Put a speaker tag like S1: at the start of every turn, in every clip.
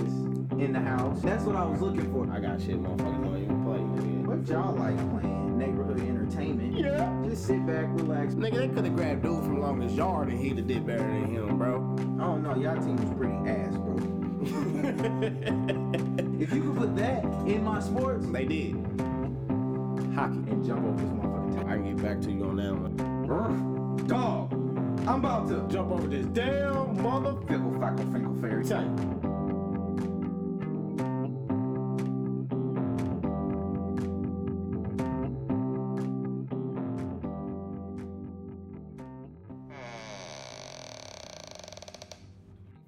S1: in the house. That's what I was looking for.
S2: I got shit motherfuckers don't even play, nigga.
S1: What if y'all like playing neighborhood entertainment?
S2: Yeah.
S1: Just sit back, relax.
S2: Nigga, they could have grabbed dude from Longest Yard and he'd have did better than him, bro.
S1: I don't know, y'all team is pretty ass, bro. If you could put that in my sports
S2: they did. Hockey.
S1: and jump over this motherfucking
S2: I can get back to you on that one.
S1: tower. Dog, I'm about to
S2: Jump over this damn motherfucker.
S1: fickle, fackle, finkle, fairy.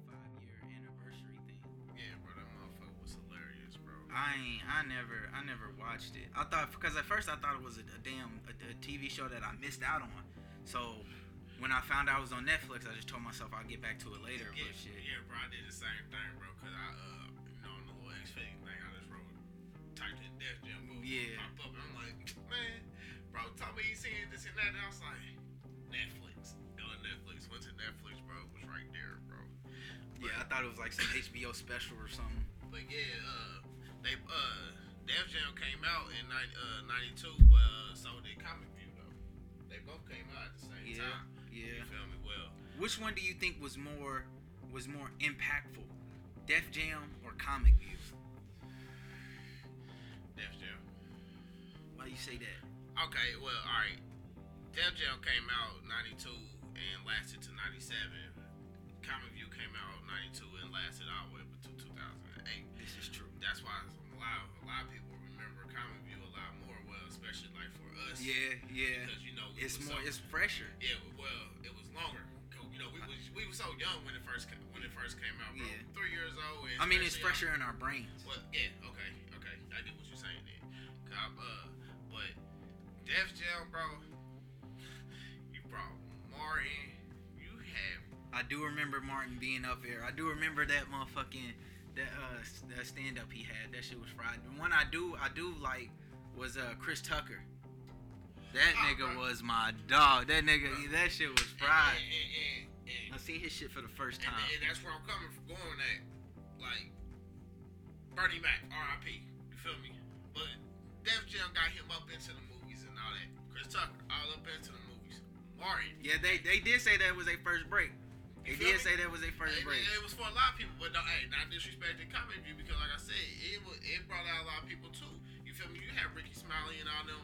S3: five year anniversary thing.
S2: Yeah, bro, that motherfucker was hilarious, bro.
S3: I ain't, I never, I never watched it. I thought because at first I thought it was a, a damn a, a TV show that I missed out on. So when I found out it was on Netflix, I just told myself I'll get back to it later.
S2: Yeah,
S3: But shit,
S2: yeah, bro, I did the same thing, bro, because I, uh, you know, on the little X Fig thing, I just wrote, typed in Def Jam movie,
S3: Yeah.
S2: pop up, and I'm like, man, bro, told me you seen this and that, and I was like, Netflix. It was Netflix. Went to Netflix, bro. It was right there, bro.
S3: yeah, I thought it was like some HBO special or something.
S2: But yeah, uh, they, uh, Def Jam came out in 90, uh, 92, but uh, so did Comic View, though. They both came out at the same
S3: Yeah,
S2: time. You
S3: yeah.
S2: feel me? Well,
S3: Which one do you think was more was more impactful, Def Jam or Comic View?
S2: Def Jam.
S3: Why you say that?
S2: Okay, well, all right. Def Jam came out '92 and lasted to '97. Comic View came out '92 and lasted all the way up to 2008.
S3: This is true.
S2: That's why a lot, a lot of people remember Comic View a lot more. Well, especially like for us.
S3: Yeah, yeah.
S2: Because you know we
S3: It's
S2: was
S3: more,
S2: so,
S3: it's fresher.
S2: yeah. Well, it was longer. 'Cause, You know, we was we were so young when it first ca- when it first came out. Bro.
S3: Yeah.
S2: Three years old. and
S3: I mean, it's
S2: especially,
S3: fresher in
S2: um,
S3: our brains.
S2: well, yeah, okay, okay. I get what you're saying then. 'Cause I'm, uh, but Def Jam, bro, you brought Martin. You had
S3: I do remember Martin being up here. I do remember that motherfucking that uh s- that stand up he had. That shit was fried. The one I do I do like was uh Chris Tucker. That
S2: Oh,
S3: nigga
S2: bro.
S3: was my dog. That nigga that shit was fried.
S2: And, and, and, and,
S3: I seen his shit for the first
S2: and,
S3: time.
S2: and that's where I'm coming from, going at. Like, Bernie Mac, R.I.P. You feel me? But Def Jam got him up into the movies and all that. Chris Tucker, all up into the movies. Martin.
S3: Yeah, they they did say that was their first break. They
S2: You feel
S3: did
S2: me?
S3: say that was their first
S2: It,
S3: break.
S2: it was for a lot of people, but no, hey, not disrespecting comic view because, like I said, it was, it brought out a lot of people too. You feel me? You had Ricky Smiley and all them,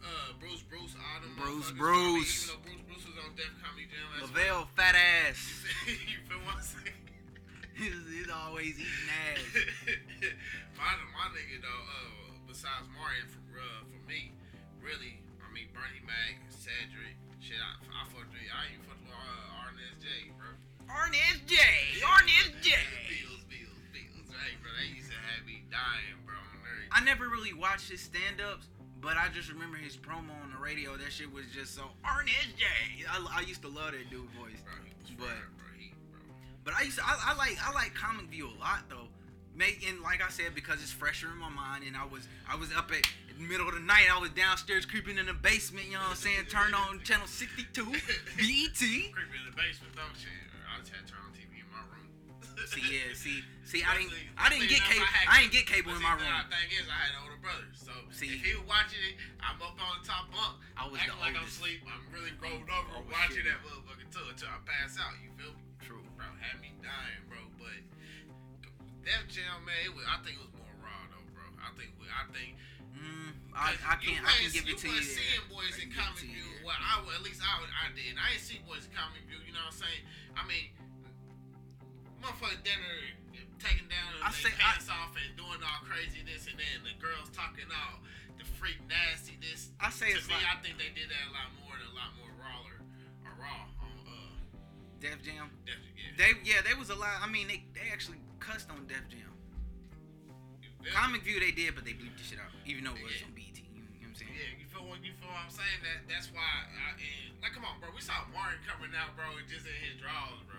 S2: uh, Bruce Bruce, all them.
S3: Bruce
S2: motherfuckers.
S3: Bruce.
S2: I mean, even though Bruce Bruce was on Def Comedy Jam. That's
S3: Lavelle fat ass.
S2: you feel what I'm saying?
S3: he's, he's always eating ass.
S2: my, my nigga though, uh, besides Mario, for uh, for me, really, I mean Bernie Mac, Cedric, shit, I, I fucked with, I even fucked with uh, RNSJ, bro.
S3: Arnest J. Arnest J.
S2: Bills, bills, bills. Hey, bro, they used to have me dying, bro. On there.
S3: I never really watched his stand ups, but I just remember his promo on the radio. That shit was just so Ernest J. I, I used to love that dude voice.
S2: bro, he was
S3: But-
S2: fire, bro. He, bro.
S3: But I used to, I, I like I like Comic View a lot though. Make and like I said because it's fresher in my mind and I was I was up at middle of the night. I was downstairs creeping in the basement. You know what I'm saying? Turn on channel E 62 BET.
S2: Creeping in the basement, though. Shit, I just had to turn on TV in my room.
S3: See yeah, see see I didn't
S2: Luckily-
S3: I didn't
S2: luckily
S3: get
S2: enough,
S3: cable
S2: had-
S3: I didn't get cable
S2: but
S3: in
S2: see,
S3: my
S2: the
S3: room.
S2: thing is, I had an older brother, so
S3: See.
S2: if he was watching it, I'm up on the top bunk.
S3: I was
S2: acting
S3: the
S2: like I'm
S3: oldest. Oh,
S2: asleep. I'm really rolled
S3: I
S2: over
S3: was
S2: watching
S3: shitty.
S2: that motherfucker till until I pass out. You feel me?
S3: True.
S2: bro, had me dying, bro. But Def Jam, man, it was, I think it was more raw though, bro. I think we- I think
S3: Mm, I, I can't I can
S2: wasn't-
S3: give it to you.
S2: wasn't
S3: there.
S2: seeing
S3: I
S2: boys
S3: can give
S2: in
S3: it to
S2: Comic
S3: you
S2: View.
S3: there.
S2: Well, I would, at least I would, I did. I didn't see boys in Comic View. You know what I'm saying? I mean, motherfucker, dinner taking down
S3: I
S2: their
S3: say-
S2: pants off and doing all crazy this and then the girls talking all the freak nastiness.
S3: I say
S2: to
S3: it's
S2: me,
S3: like-
S2: I think they did that a lot more and a lot more rawer or raw on uh,
S3: Def Jam.
S2: Def yeah.
S3: They yeah, they was a lot. I mean, they, they actually cussed on Def Jam.
S2: You feel me?
S3: Comic View they did, but they bleeped the shit out, even though it was on BET. You know what I'm saying?
S2: Yeah, you feel what you feel what I'm saying? That that's why I and like come on bro, we saw Warren coming out, bro, and just in his drawers, bro.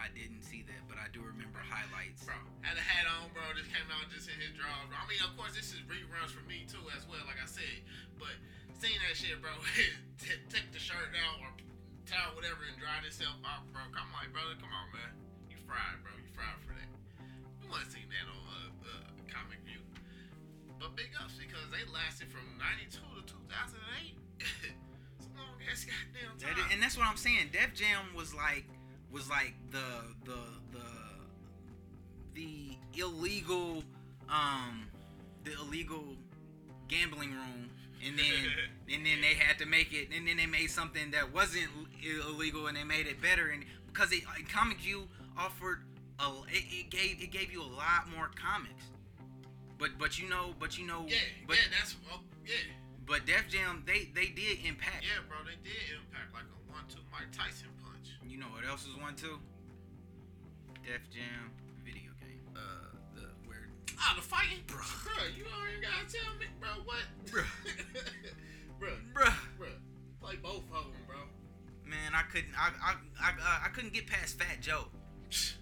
S3: I didn't see that, but I do remember highlights.
S2: Bro. Had a hat on, bro, just came out just in his drawers, bro. I mean of course this is reruns for me too as well, like I said. But seeing that shit, bro, t- take the shirt down or towel whatever and dry itself out, bro. I'm like, brother, come on uh, man. You fried, bro, you fried for that. You wasn't seen that 92 to 2008. it's a long ass goddamn
S3: That
S2: time.
S3: is- and that's what I'm saying. Def Jam was like was like the the the the illegal um the illegal gambling room and then and then they had to make it and then they made something that wasn't i- illegal and they made it better and because it like, comic view offered a, it, it gave it gave you a lot more comics but but you know but you know
S2: yeah,
S3: but
S2: yeah, that's oh, yeah,
S3: but def jam they they did impact
S2: yeah, bro. They did impact like a one-two Mike Tyson punch.
S3: You know what else is one too? Def Jam video game.
S4: Uh, the where
S2: Oh, the fighting, bro. you don't even gotta tell me, bro. What, bro? bro,
S3: Bruh.
S2: bro. Play both of them, bro.
S3: Man, I couldn't. I I I, uh, I couldn't get past Fat Joe.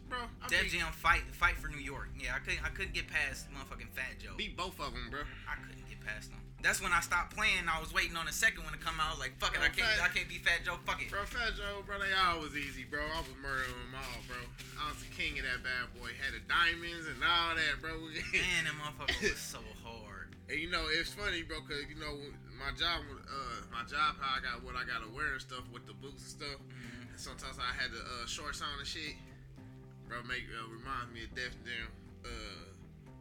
S2: Bro, I
S3: Def
S2: beat,
S3: Jam fight fight for New York. Yeah, I couldn't. I couldn't get past motherfucking Fat Joe.
S2: beat both of them, bro.
S3: I couldn't get past them. That's when I stopped playing. I was waiting on the second one to come out. I was like, fuck it. I
S2: Bro,
S3: can't. I
S2: Fat-
S3: can't be Fat Joe. Fuck it.
S2: Bro, Fat Joe, bro, they all was easy, bro. I was murdering them all, bro. I was the king of that bad boy. Had the diamonds and all that, bro.
S3: Man, that motherfucker was so hard.
S2: And you know, it's funny, bro, cause you know my job, uh, my job, how I got what I gotta wear and stuff with the boots and stuff.
S3: Mhm.
S2: And sometimes I had the uh, shorts on and shit. Bro, make uh, reminds me of Def Jam. Uh,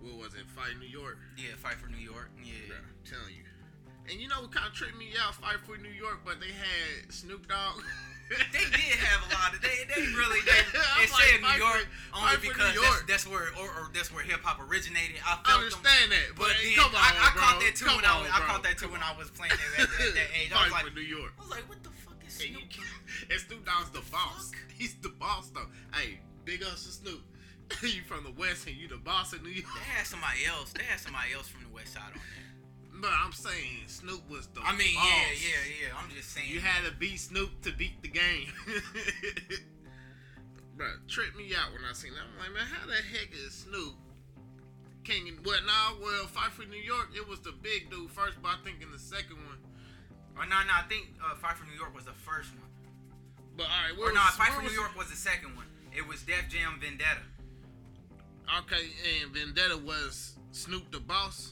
S2: what was it? Fight New York.
S3: Yeah, fight for New York. Yeah.
S2: Bro, I'm telling you. And you know what kind of tripped me out? Fight for New York, but they had Snoop Dogg.
S3: They did have a lot of they. They really they,
S2: I'm
S3: they
S2: like,
S3: said
S2: fight
S3: New York
S2: for-
S3: only
S2: fight for New
S3: because
S2: York.
S3: That's, that's where or, or that's where hip hop originated. I
S2: I
S3: felt them,
S2: understand that, but,
S3: but
S2: hey,
S3: then
S2: come on,
S3: I, I
S2: bro.
S3: caught that too
S2: Come
S3: when I
S2: on,
S3: was, I
S2: bro.
S3: caught that too when I was playing at, at, at that age. I was
S2: Fight
S3: like,
S2: for New York.
S3: I was like, what the fuck is
S2: And,
S3: Snoop?
S2: you- and Snoop Dogg's the boss.
S3: Fuck.
S2: He's the boss though. Hey, big ups to Snoop. you from the West and you the boss of New York.
S3: They had somebody else. They had somebody else from the West Side on there.
S2: But I'm saying Snoop was the
S3: I mean,
S2: boss.
S3: yeah, yeah, yeah. I'm just saying.
S2: You had to beat Snoop to beat the game. Bruh, tripped me out when I seen that. I'm like, man, how the heck is Snoop King and what now? Well, Fight for New York, it was the big dude first, but I think in the second one.
S3: or no, no. I think uh, Fight for New York was the first one.
S2: But all right, where
S3: Or no,
S2: was-
S3: Fight
S2: where
S3: for New
S2: was-
S3: York was the second one. It was Def Jam Vendetta.
S2: Okay, and Vendetta was Snoop the boss,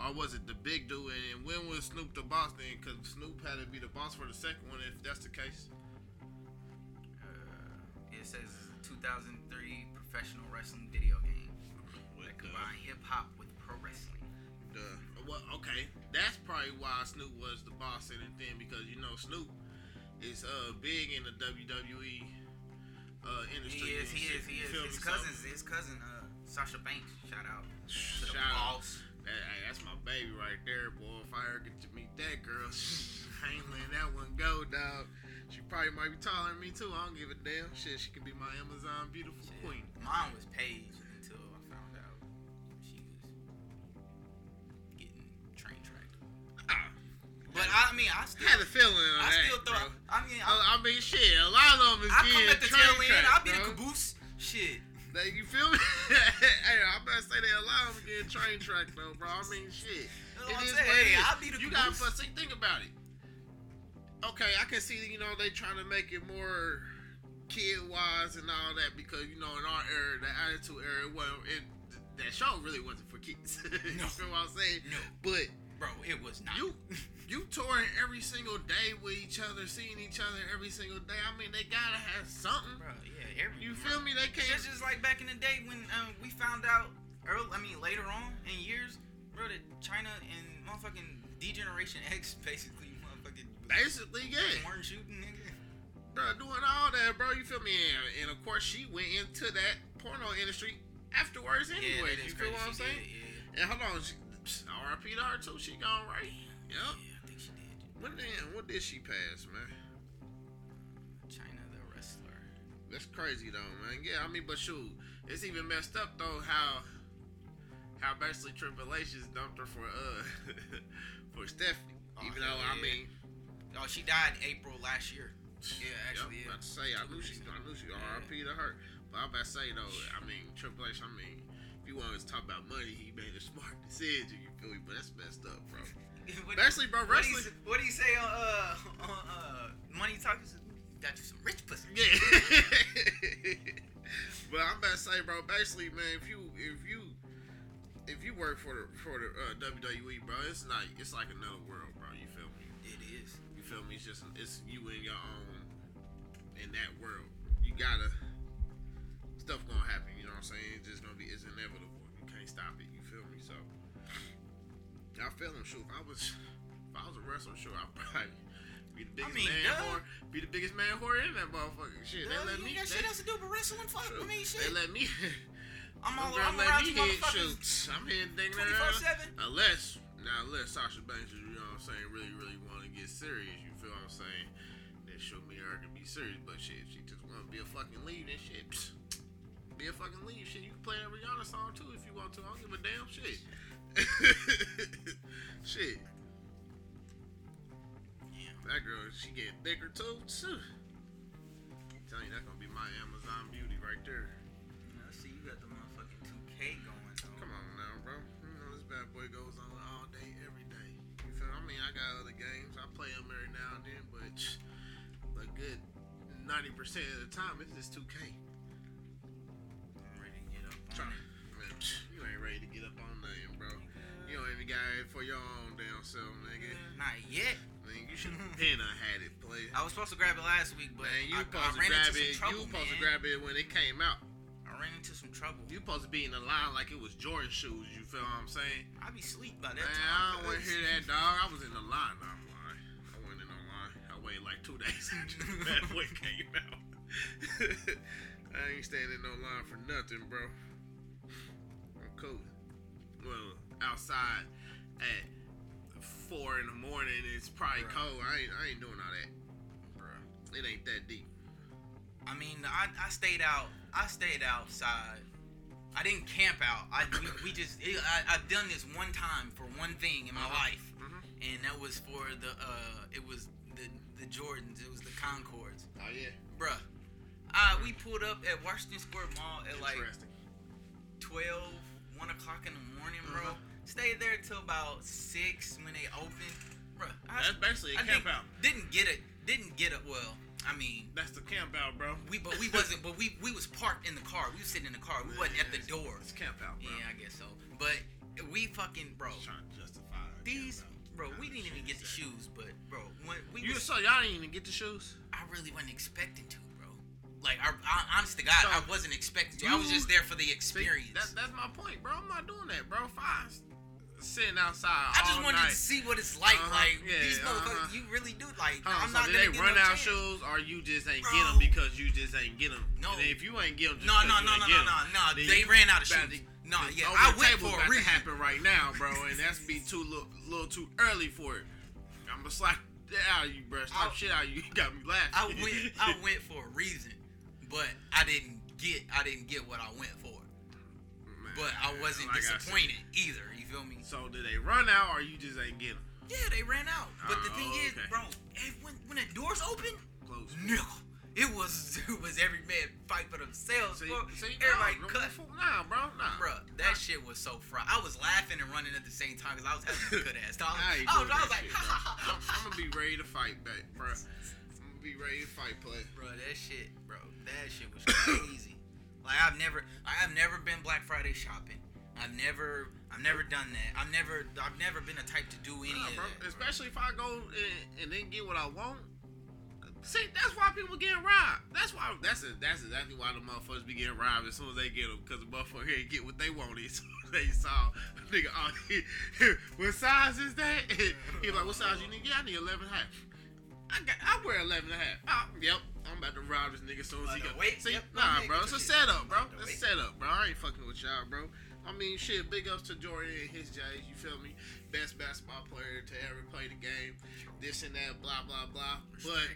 S2: or was it the big dude? And when was Snoop the boss then? Because Snoop had to be the boss for the second one, if that's the case.
S3: Uh, it says 2003 professional wrestling video game that combined hip hop with pro wrestling.
S2: The, well, okay, that's probably why Snoop was the boss in it then, because you know Snoop is uh big in the WWE uh
S3: He
S2: industry.
S3: is,
S2: and
S3: he
S2: shit,
S3: is, he
S2: you
S3: is.
S2: feel
S3: His
S2: me? So,
S3: cousins, his cousin, uh, Sasha Banks. Shout out to the
S2: shout out.
S3: boss.
S2: That, hey, that's my baby right there, boy. If I ever get to meet that girl, I ain't letting that one go, dog. She probably might be taller than me too. I don't give a damn. Shit, she could be my Amazon beautiful
S3: Shit.
S2: queen.
S3: Mine was Paige until I found out she was getting train tracked.
S2: Ah,
S3: But I mean, I still,
S2: had a feeling on
S3: I
S2: that.
S3: still thought.
S2: bro. Oh,
S3: I mean, I,
S2: I, I mean, shit. A lot of them is
S3: I come
S2: getting
S3: at the
S2: train
S3: tail end.
S2: tracked,
S3: I'll be the
S2: bro.
S3: caboose. Shit.
S2: Like, you feel me? hey, I'm not saying that a lot of them getting train tracked though, bro. I mean, shit.
S3: That's
S2: It
S3: what I'm
S2: is
S3: saying.
S2: what it
S3: Hey,
S2: is.
S3: I'll be the
S2: You gotta
S3: caboose.
S2: fuss- think about it. Okay, I can see you know they trying to make it more kid wise and all that because you know in our era, the attitude era, well, it that show really wasn't for kids. you
S3: No.
S2: feel what I'm saying?
S3: No,
S2: But
S3: bro, it was not.
S2: you you touring every single day with each other, seeing each other every single day. I mean, they gotta have something.
S3: bro, yeah, every
S2: You feel me? They can't.
S3: It's just like back in the day when um, we found out, early, I mean, later on in years, bro, that China and motherfucking D-Generation X basically motherfucking was
S2: Basically, yeah.
S3: born shooting, nigga.
S2: bro, doing all that, bro. You feel me? And, and of course, she went into that porno industry afterwards,
S3: yeah,
S2: anyway.
S3: that is
S2: you feel
S3: crazy. She
S2: what I'm saying?
S3: did, yeah.
S2: And hold on, she, psh, R.I.P. to her too. She gone right. Yep.
S3: Yeah, I think she did.
S2: When then? When did she pass, man?
S3: China the wrestler.
S2: That's crazy though, man. Yeah, I mean, but shoot, it's even messed up though how how basically Triple H just dumped her for uh for Stephanie.
S3: Oh,
S2: even though I
S3: yeah.
S2: mean,
S3: Oh, she died April last year. Yeah, actually, yeah.
S2: Yep, about to say I knew she, I knew she RIP to her. But I'm about to say though, I mean Triple H. I mean, if you want to talk about money, he made a smart decision. You feel me? But that's messed up, bro.
S3: what,
S2: Basically, bro,
S3: what do you,
S2: wrestling.
S3: what do you say on uh on uh Money Talkers? Got you some rich pussy.
S2: Yeah. but I'm about to say, bro. Basically, man, if you if you if you work for the for the uh, WWE, bro, it's like it's like another world, bro. You feel me?
S3: It is.
S2: You feel me? It's just it's you in your own in that world. You gotta stuff gonna happen. You know what I'm saying? It's just gonna be it's inevitable. You can't stop it. You feel me? So I feel him. Sure, if I was if I was a wrestler, sure I'd probably be the biggest
S3: mean, duh.
S2: man whore. Be the biggest man whore in that motherfucker. Shit,
S3: Duh,
S2: they let
S3: you
S2: me.
S3: ain't got
S2: they,
S3: shit else to do but wrestling. Fuck. I
S2: sure,
S3: mean, shit.
S2: They let me.
S3: I'm all
S2: Bro,
S3: I'm
S2: let
S3: around
S2: me
S3: you
S2: hit
S3: motherfuckers.
S2: shoots. I'm hitting things
S3: 24/7.
S2: Unless, now unless Sasha Banks, you know what I'm saying, really, really want to get serious. You feel what I'm saying? Then show me her can be serious. But shit, if she just want to be a fucking lead and shit. psh, Be a fucking lead. Shit, you can play that Rihanna song too if you want to. I don't give a damn shit. shit. That girl, she getting thicker too. too. Telling you, that's gonna be my Amazon beauty right there.
S3: Now, see, you got the motherfucking 2K going on.
S2: Come on now, bro. You know this bad boy goes on all day, every day. You feel? I mean, I got other games. I play them every now and then, but a good ninety percent of the time, it's just two K.
S3: I'm ready to get up on it.
S2: Man, you ain't ready to get up on nothing, bro. You don't even got it for your own damn self, nigga.
S3: Not yet.
S2: Man, you should have been I had it, play.
S3: I was supposed to grab it last week, but
S2: Man, you
S3: I, I
S2: supposed to
S3: ran
S2: grab
S3: into
S2: it.
S3: some trouble,
S2: You supposed
S3: man.
S2: to grab it when it came out.
S3: I ran into some trouble.
S2: You supposed to be in the line like it was Jordan shoes. You feel what I'm saying?
S3: I be sleep by that
S2: Man,
S3: time.
S2: I don't want to
S3: cuz-
S2: hear that, dog. I was in the line. No, I'm lying. I wasn't in the line. I waited like two days after the bad boy came out. I ain't standing in no line for nothing, bro. I'm cool. Well, outside at four in the morning, it's probably
S3: Bruh.
S2: cold. I ain't, I ain't doing all that. It ain't that deep.
S3: I mean, I, I stayed out. I stayed outside. I didn't camp out. I we, we just it, I, I've done this one time for one thing in my
S2: Uh-huh.
S3: life,
S2: Mhm.
S3: and that was for the uh, it was the the Jordans. It was the Concords,
S2: Oh yeah,
S3: bruh. Uh, we pulled up at Washington Square Mall at like
S2: interesting.
S3: 12, 1 o'clock in the morning, bro.
S2: Uh-huh.
S3: Stayed there till about six when they opened, bro. I,
S2: That's basically a
S3: I
S2: camp
S3: didn't-
S2: out.
S3: Didn't get it. Didn't get it. Well, I mean,
S2: That's the camp out, bro.
S3: we but we wasn't but we we was parked in the car. We was sitting in the car. We wasn't at the door.
S2: It's camp out, bro.
S3: Yeah, I guess so. But we fucking bro.
S2: trying to justify our
S3: These
S2: camp out.
S3: bro, we
S2: Kinda
S3: didn't even
S2: shit
S3: get the
S2: that-
S3: shoes, but bro, when we
S2: You
S3: was,
S2: saw y'all didn't even get the shoes.
S3: I really wasn't expecting to, bro. Like I, I honest to God, I
S2: So,
S3: wasn't expecting to. I was
S2: you
S3: just there for the
S2: See,
S3: experience.
S2: That, that's my point, bro. I'm not doing that, bro. Fine. S- Sitting
S3: I
S2: outside.
S3: just
S2: all
S3: wanted
S2: night.
S3: to see what it's like.
S2: Uh-huh,
S3: Like
S2: yeah,
S3: these motherfuckers,
S2: uh-huh.
S3: you really do. Like
S2: Huh,
S3: I'm
S2: so
S3: not
S2: did
S3: gonna
S2: they
S3: get
S2: run
S3: no
S2: out
S3: chance.
S2: shoes, or you just ain't get
S3: Bro.
S2: 'em because you just ain't get 'em?
S3: No.
S2: And if you ain't get 'em, just
S3: No,
S2: 'cause
S3: no,
S2: you
S3: no,
S2: ain't
S3: no, no,
S2: get 'em,
S3: no, no.
S2: then
S3: They
S2: you
S3: ran out of
S2: about
S3: shoes.
S2: to-
S3: No,
S2: the
S3: yeah,
S2: over
S3: I
S2: the
S3: went
S2: table's
S3: for a
S2: about to
S3: reason.
S2: happen right now, bro, and that's be too little, little too early for it. I'ma slap the out of you, bro. Slap
S3: I-
S2: shit out of you. You got me laughing.
S3: I went I went for a reason, but I didn't get I didn't get what I went for.
S2: Man,
S3: But I wasn't
S2: like Oh, I said.
S3: disappointed either. You feel me?
S2: so did they run out, or you just ain't get 'em?
S3: Yeah, they ran out. But the
S2: Oh,
S3: thing is,
S2: okay.
S3: bro, if, when when the doors open,
S2: Close.
S3: no, it was it was every man fight for themselves.
S2: See,
S3: bro.
S2: see,
S3: Everybody
S2: nah, bro,
S3: cut.
S2: Nah, bro, nah.
S3: Bruh, that shit was so fry. I was laughing and running at the same time because I was having a good ass time.
S2: I ain't
S3: I was,
S2: doing
S3: Oh, I was
S2: that
S3: like,
S2: shit,
S3: ha ha
S2: bro.
S3: ha.
S2: I'm, I'm gonna be ready to fight back, bro. I'm gonna be ready to fight, play.
S3: Bro, that shit, bro, that shit was crazy. like I've never, I have never been Black Friday shopping. I've never, I've never done that. I've never, I've never been a type to do any
S2: Nah,
S3: of
S2: bro.
S3: that.
S2: Especially if I go and, and then get what I want. See, that's why people getting robbed. That's why. That's that's exactly why the motherfuckers be getting robbed as soon as they get them, cause the motherfucker ain't get what they wanted. So they saw, nigga, oh, what size is that? he like, what size you need? Yeah, I need eleven half. I got, I wear eleven and a half. Ah, yep, I'm about to rob this nigga as soon as
S3: By
S2: he
S3: the
S2: go.
S3: weight,
S2: See,
S3: yep,
S2: nah,
S3: my nigga,
S2: bro, it's a
S3: shit.
S2: setup, bro.
S3: By the
S2: It's a
S3: weight.
S2: setup, bro. I ain't fucking with y'all, bro. I mean, shit, big ups to Jordan and his J's, you feel me? Best basketball player to ever play the game, this and that, blah, blah, blah. But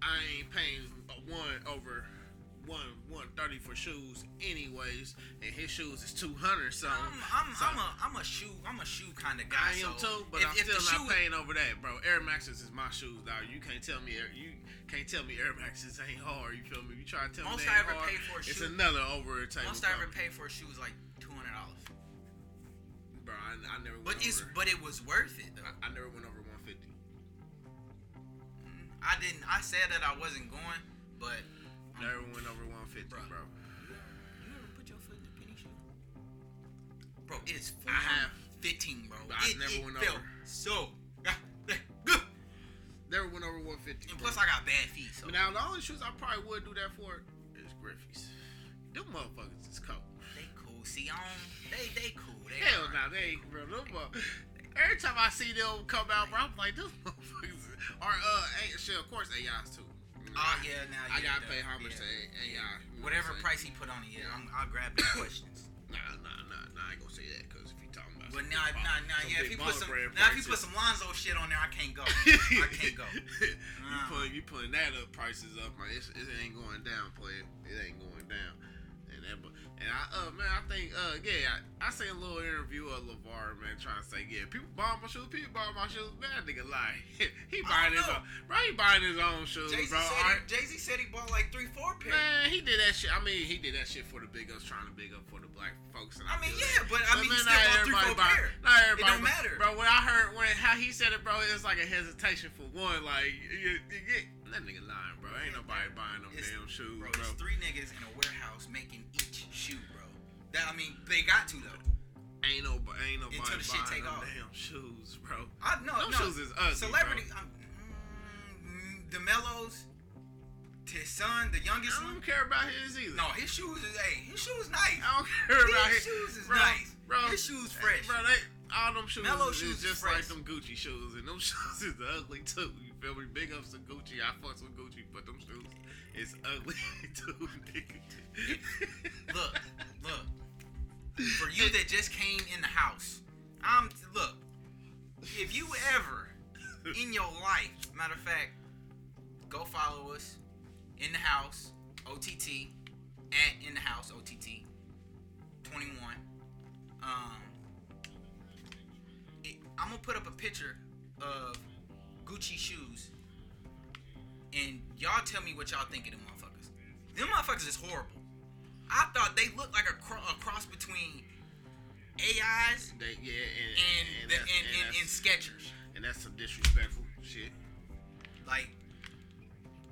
S2: I ain't paying a one over one, 130 for shoes, anyways, and his shoes is 200, so.
S3: I'm, I'm,
S2: so
S3: I'm a, I'm a shoe, I'm a shoe kind of guy.
S2: I am
S3: so
S2: too, but
S3: if,
S2: I'm
S3: if
S2: still
S3: the shoe,
S2: not paying over that, bro. Air Maxes is my shoes, dog. You can't tell me Air, you can't tell me Air Maxes ain't hard. You feel me? You try to tell
S3: Most
S2: me they
S3: I
S2: ain't
S3: ever
S2: hard,
S3: paid for a
S2: it's
S3: shoe-
S2: another over a table.
S3: Most I ever
S2: coming.
S3: paid for a shoe was like two hundred dollars.
S2: bro. I, I never went
S3: But it's,
S2: over.
S3: but it was worth it though.
S2: I never went over 150.
S3: I didn't. I said that I wasn't going, but
S2: Never went over 150, bro.
S3: Bruh. you ever put your foot in a penny shoe? bro. It is
S2: I have.
S3: 415, bro.
S2: I
S3: it,
S2: never
S3: it
S2: went
S3: felt
S2: over.
S3: so goddamn good.
S2: Never went over 150.
S3: And plus, I got bad feet, so
S2: But now the only shoes I probably would do that for is Griffey's. Them motherfuckers is cold.
S3: they cool. See, I don't. They they cool. They
S2: Hell
S3: alright.
S2: no, nah, they ain't real. Them mother- Every time I see them come out, bro, I'm like, this motherfuckers. Or uh, A- shit, of course, AI's too. You know,
S3: Oh
S2: I-
S3: yeah, now
S2: I
S3: yeah,
S2: gotta
S3: duh,
S2: pay homage
S3: yeah.
S2: to A- AI. you know
S3: Whatever
S2: what I'm
S3: price he put on it, yeah, I'm, I'll grab the questions.
S2: saying? Nah, nah, nah, nah. I ain't gonna say that because if you talking about.
S3: But
S2: some
S3: now,
S2: big
S3: nah,
S2: ball-
S3: nah, yeah. If
S2: big
S3: you
S2: baller
S3: put some,
S2: brand
S3: now if you
S2: prices.
S3: put some Lonzo shit on there, I can't go. I can't go.
S2: you
S3: Uh.
S2: putting you putting that up prices up, man. It's, it ain't going down, player. It ain't going down. And that, bu- and I, uh, man, I think, uh, yeah, I, I seen a little interview of Levar, man, trying to say, yeah, people buying my shoes, people buying my shoes, man, that nigga lie. he buying his,
S3: know.
S2: own, bro, he buying his own shoes,
S3: Jay Z
S2: bro. All
S3: said,
S2: right.
S3: he- Jay-Z said he bought like three, four pairs.
S2: Man, he did that shit. I mean, he did that shit for the big ups, trying to big up for the black folks. And
S3: I mean,
S2: feel that.
S3: yeah, but I mean,
S2: But
S3: he still
S2: man, not
S3: bought three,
S2: everybody
S3: four
S2: buy-
S3: pairs.
S2: Not everybody.
S3: don't
S2: buy-
S3: matter.
S2: Bro, when I heard when how he said it, bro, it's like a hesitation for one. Like you, you get that nigga lying, bro. Ain't nobody buying them
S3: It's-
S2: damn shoes,
S3: Bro,
S2: bro.
S3: it's three niggas in a warehouse making each shoe, bro. That I mean, they got to though.
S2: Ain't nobody, ain't nobody
S3: Until the shit
S2: buying
S3: take
S2: them
S3: off.
S2: damn shoes, bro.
S3: I no,
S2: Them
S3: no.
S2: shoes is ugly,
S3: Celebrity,
S2: bro.
S3: um, mm, the Mellows, to his son, the youngest
S2: I
S3: one.
S2: don't care about his either.
S3: No, his shoes is hey, his shoes nice.
S2: I don't care about
S3: His
S2: his
S3: shoes is
S2: bro,
S3: nice.
S2: Bro,
S3: His shoes fresh.
S2: Bro, they, all them shoes,
S3: Mellow
S2: is,
S3: shoes
S2: is
S3: is
S2: just like
S3: fresh.
S2: them Gucci shoes, and them shoes is ugly too. You feel me? Big ups to Gucci. I fucks with Gucci, but them shoes is ugly too, nigga.
S3: Look, look. For you that just came in the house, I'm look. If you ever in your life, matter of fact, go follow us in the house OTT at in the house OTT 21. Um, it, I'm gonna put up a picture of Gucci shoes, and y'all tell me what y'all think of them motherfuckers. Them motherfuckers is horrible. I thought they looked like a, cro- a cross between AIs
S2: They, yeah,
S3: and
S2: and and,
S3: the,
S2: that's,
S3: and, and, and
S2: that's,
S3: Skechers.
S2: and that's some disrespectful shit.
S3: like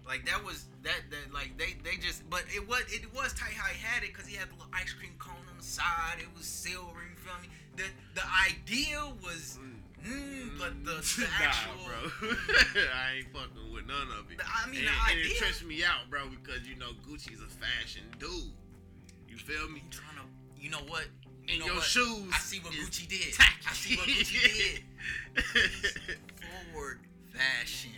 S3: like that was that that like they they just but it was it was tight how he had it because he had the little ice cream cone on the side it was silver you feel me the the idea was mm, but the, the actual
S2: nah, bro. I ain't fucking with none of it.
S3: The- I mean,
S2: and,
S3: the
S2: and it
S3: idea-
S2: trips me out, bro, because you know Gucci's a fashion dude. You feel me?
S3: you trying to you know what you
S2: And
S3: know
S2: your
S3: what?
S2: shoes
S3: I see what
S2: is
S3: Gucci did I see what Gucci
S2: tacky.
S3: did forward fashion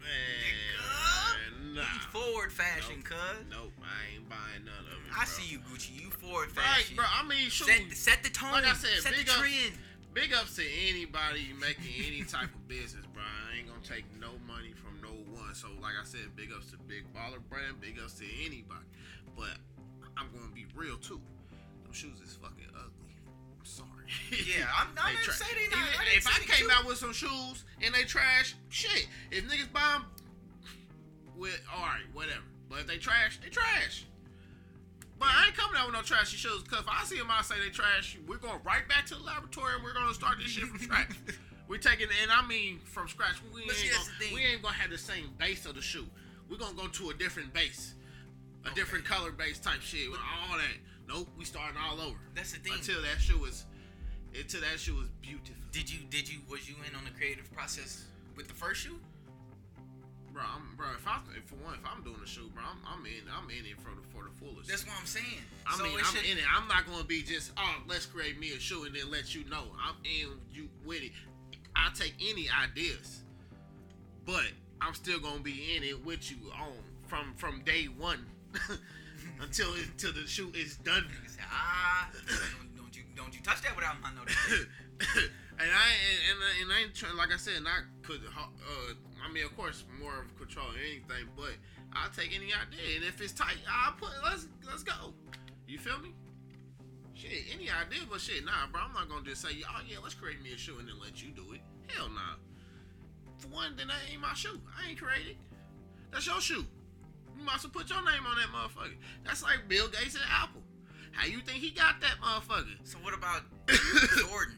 S2: Man, nah.
S3: He forward fashion
S2: Nope.
S3: cuz
S2: Nope, I ain't buying none of it.
S3: I
S2: bro.
S3: see you Gucci you forward
S2: Right,
S3: fashion
S2: bro. I mean, shoot.
S3: set, set the tone
S2: Like I said,
S3: set the
S2: big up-
S3: trend
S2: Big ups to anybody making any type of business, bro. I ain't gonna take no money from no one. So, like I said, big ups to Big Baller Brand, big ups to anybody. But I'm gonna be real too. Them shoes is fucking ugly. I'm sorry.
S3: Yeah, I'm- I didn't say they not- I
S2: Even
S3: didn't
S2: if
S3: say
S2: I
S3: they
S2: came
S3: cute.
S2: out with some shoes and they trash, shit. If niggas buy 'em, with all right, whatever. But if they trash, they trash. But I ain't coming out with no trashy shoes. Cause if I see them, I say they trash. We're going right back to the laboratory and we're gonna start this shit from scratch. We're taking, and I mean from scratch. We ain't,
S3: But see, that's the
S2: gonna,
S3: thing.
S2: we ain't gonna have the same base of the shoe. We're gonna go to a different base, a
S3: Okay.
S2: different color base type shit. all that. Nope, we starting all over.
S3: That's the thing.
S2: Until that shoe is, until that shoe is beautiful.
S3: did you did you was you in on the creative process with the first shoe?
S2: Bro, I'm, bro, if I, if for one, if I'm doing a shoe, bro, I'm, I'm in, I'm in it for the, for the fullest.
S3: That's what I'm saying.
S2: I
S3: so
S2: mean,
S3: it
S2: I'm
S3: should,
S2: in it. I'm not gonna be just oh, let's create me a shoe and then let you know I'm in you with it. I take any ideas, but I'm still gonna be in it with you on from from day one until it- until the shoe is done.
S3: Niggas say, ah, don't, don't you don't you touch that without my notice.
S2: and I and, and, I- and I ain't trying like I said, not could uh I mean of course more of control than anything, but I'll take any idea and if it's tight, I'll put let's let's go. You feel me? Shit, any idea but shit, nah bro, I'm not gonna just say, Oh yeah, let's create me a shoe and then let you do it. Hell nah. For one, then that ain't my shoe. I ain't created. That's your shoe. You might as well put your name on that motherfucker. That's like Bill Gates and Apple. How you think he got that motherfucker?
S3: so what about Jordan?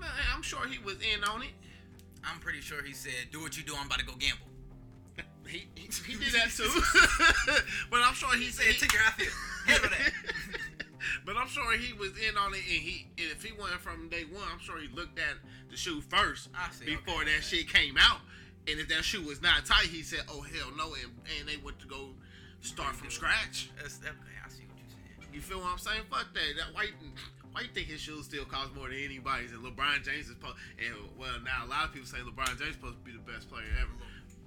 S2: Man, I'm sure he was in on it.
S3: I'm pretty sure he said, "Do what you do. I'm about to go gamble."
S2: He he, he did that too. but I'm sure he,
S3: He said, "Take your outfit. Handle that."
S2: But I'm sure he was in on it, and he and if he wasn't from day one, I'm sure he looked at the shoe first
S3: I see, okay,
S2: before
S3: okay.
S2: that shit came out. And if that shoe was not tight, he said, "Oh hell no!" And, and they went to go start from scratch.
S3: That's, that, okay, I see what you're saying.
S2: You feel what I'm saying? Fuck that. that why, you, why you think his shoes still cost more than anybody's? And LeBron James is po- and well now a lot of people say LeBron James is supposed to be the best player ever.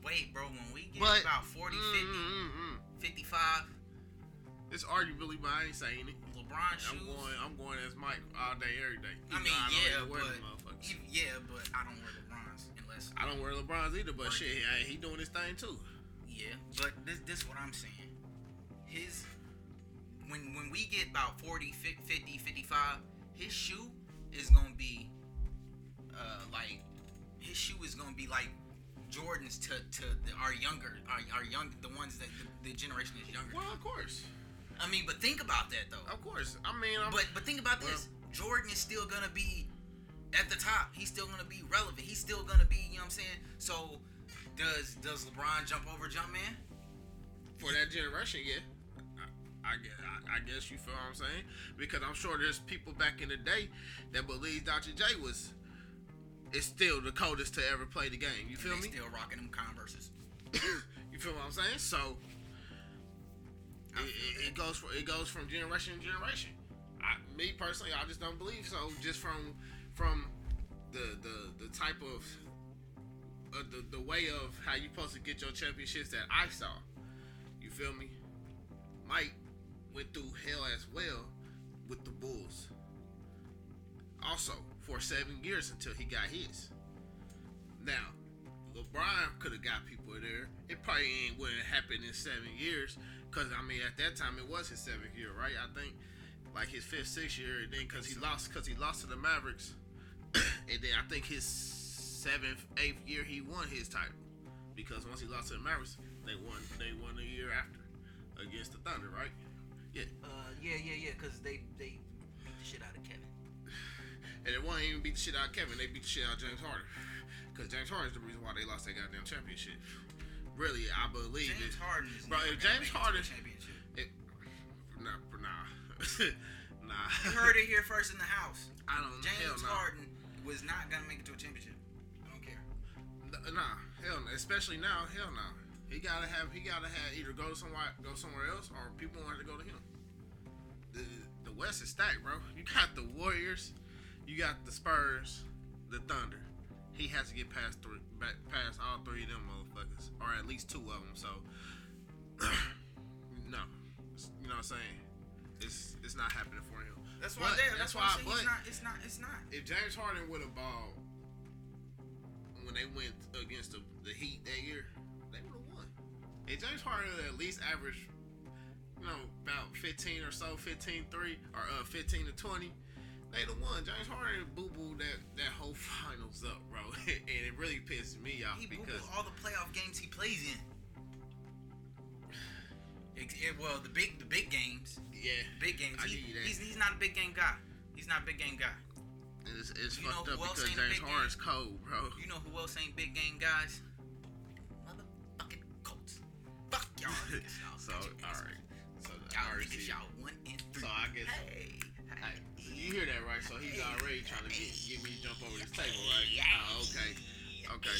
S3: Wait, bro, when we get
S2: But-
S3: about
S2: mm-hmm.
S3: 40,
S2: Mm, Mm-mm-mm.
S3: 50, 55,
S2: mm. It's arguably, but I ain't saying it.
S3: LeBron
S2: I'm
S3: shoes.
S2: going, I'm going as Mike all day, every day.
S3: I
S2: Even
S3: mean,
S2: though
S3: yeah,
S2: don't even wear them
S3: but
S2: motherfuckers.
S3: you- yeah, but I don't wear LeBrons unless
S2: I don't wear LeBron's either, but shit, hey, he doing his thing too.
S3: Yeah, but this this what I'm saying. His when when we get about 40, fif- 50, 55, his shoe is going to be uh like his shoe is going to be like Jordans to to the, our younger our, our young the ones that the, the generation is younger.
S2: Well, of course,
S3: I mean, but think about that though.
S2: of course. I mean, I'm,
S3: But but think about this. Jordan is still gonna be at the top. He's still gonna be relevant. He's still gonna be, you know what I'm saying? So does does LeBron jump over Jumpman?
S2: for that generation, yeah. I, I guess, I, I guess you feel what I'm saying because I'm sure there's people back in the day that believed Dr. J was is still the coldest to ever play the game. You feel
S3: they
S2: me?
S3: still rocking them Converses.
S2: you feel what I'm saying? So it,
S3: I feel
S2: it, it goes for it goes from generation to generation. I, me personally, I just don't believe so. Just from from the the the type of uh, the the way of how you supposed to get your championships that I saw. You feel me? Mike went through hell as well with the Bulls. Also for seven years until he got his. Now, LeBron could have got people there. It probably ain't wouldn't happen in seven years, cause I mean at that time it was his seventh year, right? I think like his fifth, sixth year, and then cause he lost, cause he lost to the Mavericks, and then I think his seventh, eighth year he won his title, because once he lost to the Mavericks, they won, they won the year after against the Thunder, right? Yeah,
S3: Uh, yeah, yeah, yeah, because they they beat the shit out of Kevin.
S2: and it won't even beat the shit out of Kevin. They beat the shit out of James Harden, cause James Harden's the reason why they lost that goddamn championship. Really, I believe
S3: James
S2: it.
S3: Harden is
S2: Bro,
S3: never
S2: if
S3: gonna make
S2: James
S3: it to a
S2: Harden-
S3: championship.
S2: It, nah, nah,
S3: You
S2: nah.
S3: heard it here first in the house.
S2: I don't. hell
S3: James
S2: nah.
S3: Harden was not gonna make it to a championship. I don't care.
S2: N- Nah, hell no. Especially now, hell no. He gotta have. He gotta have either go to somewhere, go somewhere else, or people want to go to him. The the West is stacked, bro. You got the Warriors, you got the Spurs, the Thunder. He has to get past three, back, past all three of them motherfuckers, or at least two of them. So, no, It's- you know what I'm saying. It's it's not happening for him.
S3: That's why.
S2: But-
S3: there, that's, why. I'm saying
S2: but-
S3: it's not. It's not. It's not.
S2: if James Harden would have balled when they went against the, the Heat that year, they would have won. If James Harden would've at least averaged, you know, about 15 or so, 15 3 or uh, 15 to 20, they'd have won. James Harden boo booed that, that whole finals up, bro. and it really pissed me off
S3: He
S2: because.
S3: because all the playoff games he plays in. It, it- well, the big the big games,
S2: Yeah,
S3: big games.
S2: I
S3: He,
S2: give you that.
S3: he's, he's not a big game guy. He's not a big game guy.
S2: it's, it's
S3: You know
S2: fucked
S3: who
S2: up
S3: else
S2: because
S3: ain't a
S2: James
S3: big man?
S2: Harden's cold, bro.
S3: You know who else ain't big game guys? Motherfucking Colts. Fuck y'all. niggas, y'all.
S2: So,
S3: Got your
S2: all
S3: ass.
S2: right. So, I
S3: Y'all
S2: already
S3: niggas,
S2: see.
S3: y'all one and three.
S2: So I guess-
S3: Hey,
S2: Hey, you hear that right? So he's already trying to get, get me to jump over this table, right? Ah, okay. Okay.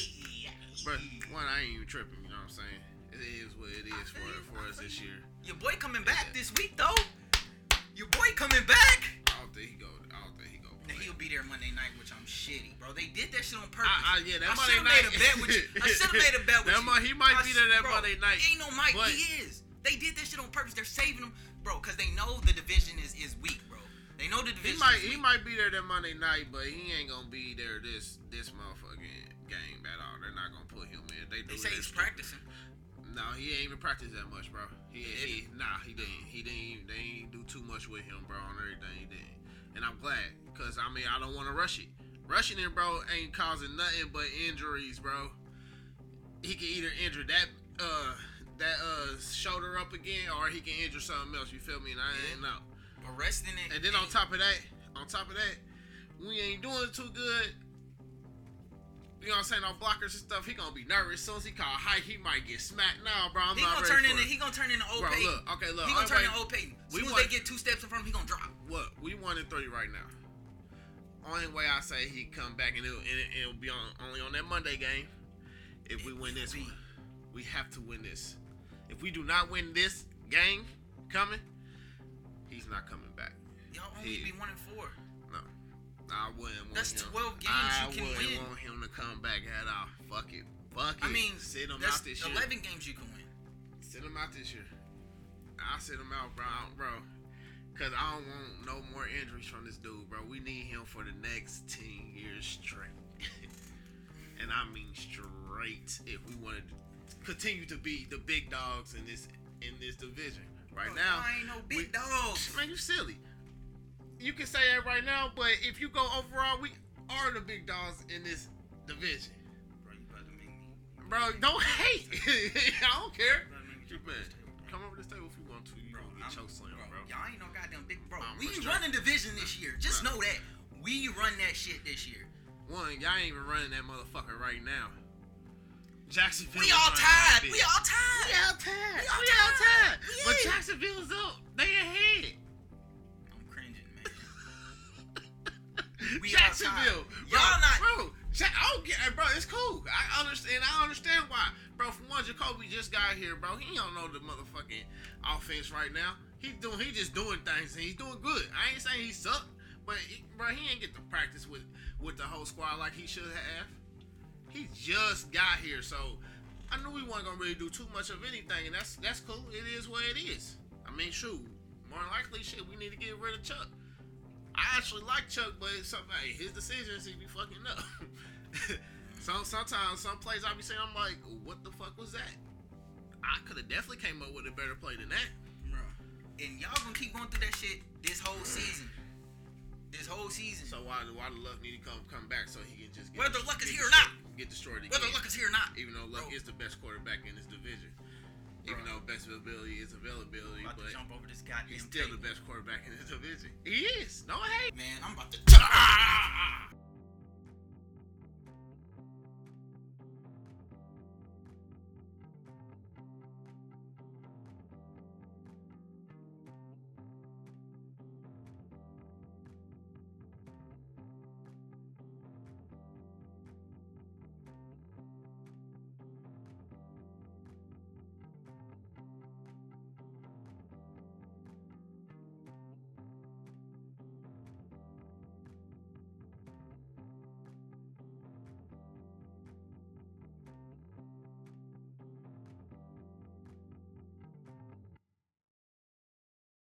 S2: But one, I ain't even tripping, you know what I'm saying? It is what it is for for us this year.
S3: Your boy coming back this week though. Your boy coming back.
S2: I don't think he go I don't think he go
S3: Now,
S2: play.
S3: he'll be there Monday night, which I'm shitty, bro. They did that shit on purpose.
S2: I, I, Ah, yeah, that
S3: I
S2: Monday
S3: should've
S2: night.
S3: made a bet with you. I should have made a bet with
S2: that
S3: you.
S2: Mon- he might
S3: I s-
S2: be there that
S3: bro,
S2: Monday night.
S3: Ain't no Mike.
S2: but-
S3: he is. They did that shit on purpose. They're saving him, bro, because they know the division is is weak, bro. They know the
S2: He
S3: division.
S2: might
S3: is
S2: he
S3: weak.
S2: might be there that Monday night, but he ain't gonna be there this this motherfucking game at all. They're not gonna put him in. They, do
S3: They say
S2: this
S3: he's practicing.
S2: No, he ain't even practice that much, bro. He, he nah, he didn't. He didn't. even- They ain't do too much with him, bro, on everything he did. And I'm glad, cause I mean I don't want to rush it. Rushing him, bro, ain't causing nothing but injuries, bro. He can either injure that uh that uh shoulder up again, or he can injure something else. You feel me? And I ain't know.
S3: Arresting it.
S2: And then on top of that, on top of that, we ain't doing too good. You know what I'm saying? On blockers and stuff, he gonna be nervous. As soon as he call height, he might get smacked. Nah, bro, I'm
S3: He gonna
S2: not ready
S3: turn
S2: for
S3: into
S2: it.
S3: he gonna turn into old
S2: Bro,
S3: Peyton.
S2: look, okay, look.
S3: he gonna
S2: all
S3: turn
S2: right,
S3: into old Peyton. As
S2: We
S3: soon as
S2: want-
S3: they get two steps in front of him, he gonna drop.
S2: Look, we one and three right now. Only way I say he come back and it'll, and it- it'll be on only on that Monday game if we win this one. We have to win this. If we do not win this game coming, he's not coming back.
S3: Y'all only
S2: Yeah.
S3: be one and four.
S2: No, I wouldn't want
S3: That's
S2: him.
S3: 12 games
S2: I
S3: you can
S2: wouldn't
S3: win.
S2: want him to come back at all. Fuck it. Fuck it.
S3: I mean,
S2: sit him
S3: that's
S2: out this year.
S3: eleven games you can win.
S2: Sit him out this year. I'll sit him out, bro. I don't- bro. Because I don't want no more injuries from this dude, bro. We need him for the next 10 years straight. and I mean straight if we want to continue to be the big dogs in this in this division. Right
S3: Bro,
S2: now,
S3: y'all Oh, ain't no big
S2: we-
S3: dogs.
S2: man, you silly. You can say that right now, but if you go overall, we are the big dogs in this division.
S3: Bro, you about to make me.
S2: Bro, don't hate. I don't care.
S3: you about to make me
S2: You
S3: jump off
S2: man,
S3: this table, bro.
S2: come over this table if you want to. You
S3: Bro,
S2: gonna
S3: I'm-
S2: get choke slam, bro.
S3: Y'all ain't no goddamn big bro.
S2: I'm
S3: we
S2: frustrated.
S3: running division this year. Just
S2: Bro.
S3: know that we run that shit this year.
S2: One, y'all ain't even running that motherfucker right now. Jacksonville.
S3: We
S2: is
S3: all
S2: running that
S3: tied. We
S2: bitch.
S3: all tied.
S2: We all tied.
S3: We all
S2: We all
S3: tied.
S2: tied.
S3: We
S2: But
S3: in.
S2: Jacksonville's up. They ahead.
S3: I'm cringing, man. We all
S2: Jacksonville.
S3: tied.
S2: Bro,
S3: Y'all not-
S2: Bro, Ja- I don't get. hey, Bro, it's cool. I understand. I understand why. Bro, for one, Jacoby just got here, bro. He don't know the motherfucking offense right now. He doing. He just doing things and he's doing good. I ain't saying he sucked, but he, bro, he ain't get to practice with with the whole squad like he should have. He just got here, so I knew we weren't gonna really do too much of anything, and that's that's cool. It is what it is. I mean, shoot, more than likely, shit, we need to get rid of Chuck. I actually like Chuck, but it's something like his decisions he be fucking up. so sometimes some plays I be saying I'm like, what the fuck was that? I could have definitely came up with a better play than that.
S3: Bro. And y'all gonna keep going through that shit this whole season. This whole season.
S2: So why why the luck need to come come back so he can just get
S3: Whether
S2: dest-
S3: Luck is
S2: get
S3: here or
S2: destroyed- get destroyed again.
S3: Whether luck is here or not.
S2: even though Luck
S3: Bro.
S2: is the best quarterback in this division, even
S3: Bro.
S2: though best availability is availability,
S3: I'm about to
S2: but
S3: jump over this goddamn
S2: he's still the
S3: table.
S2: best quarterback in this division. He is. No hate.
S3: Man, I'm about to.
S2: Ah!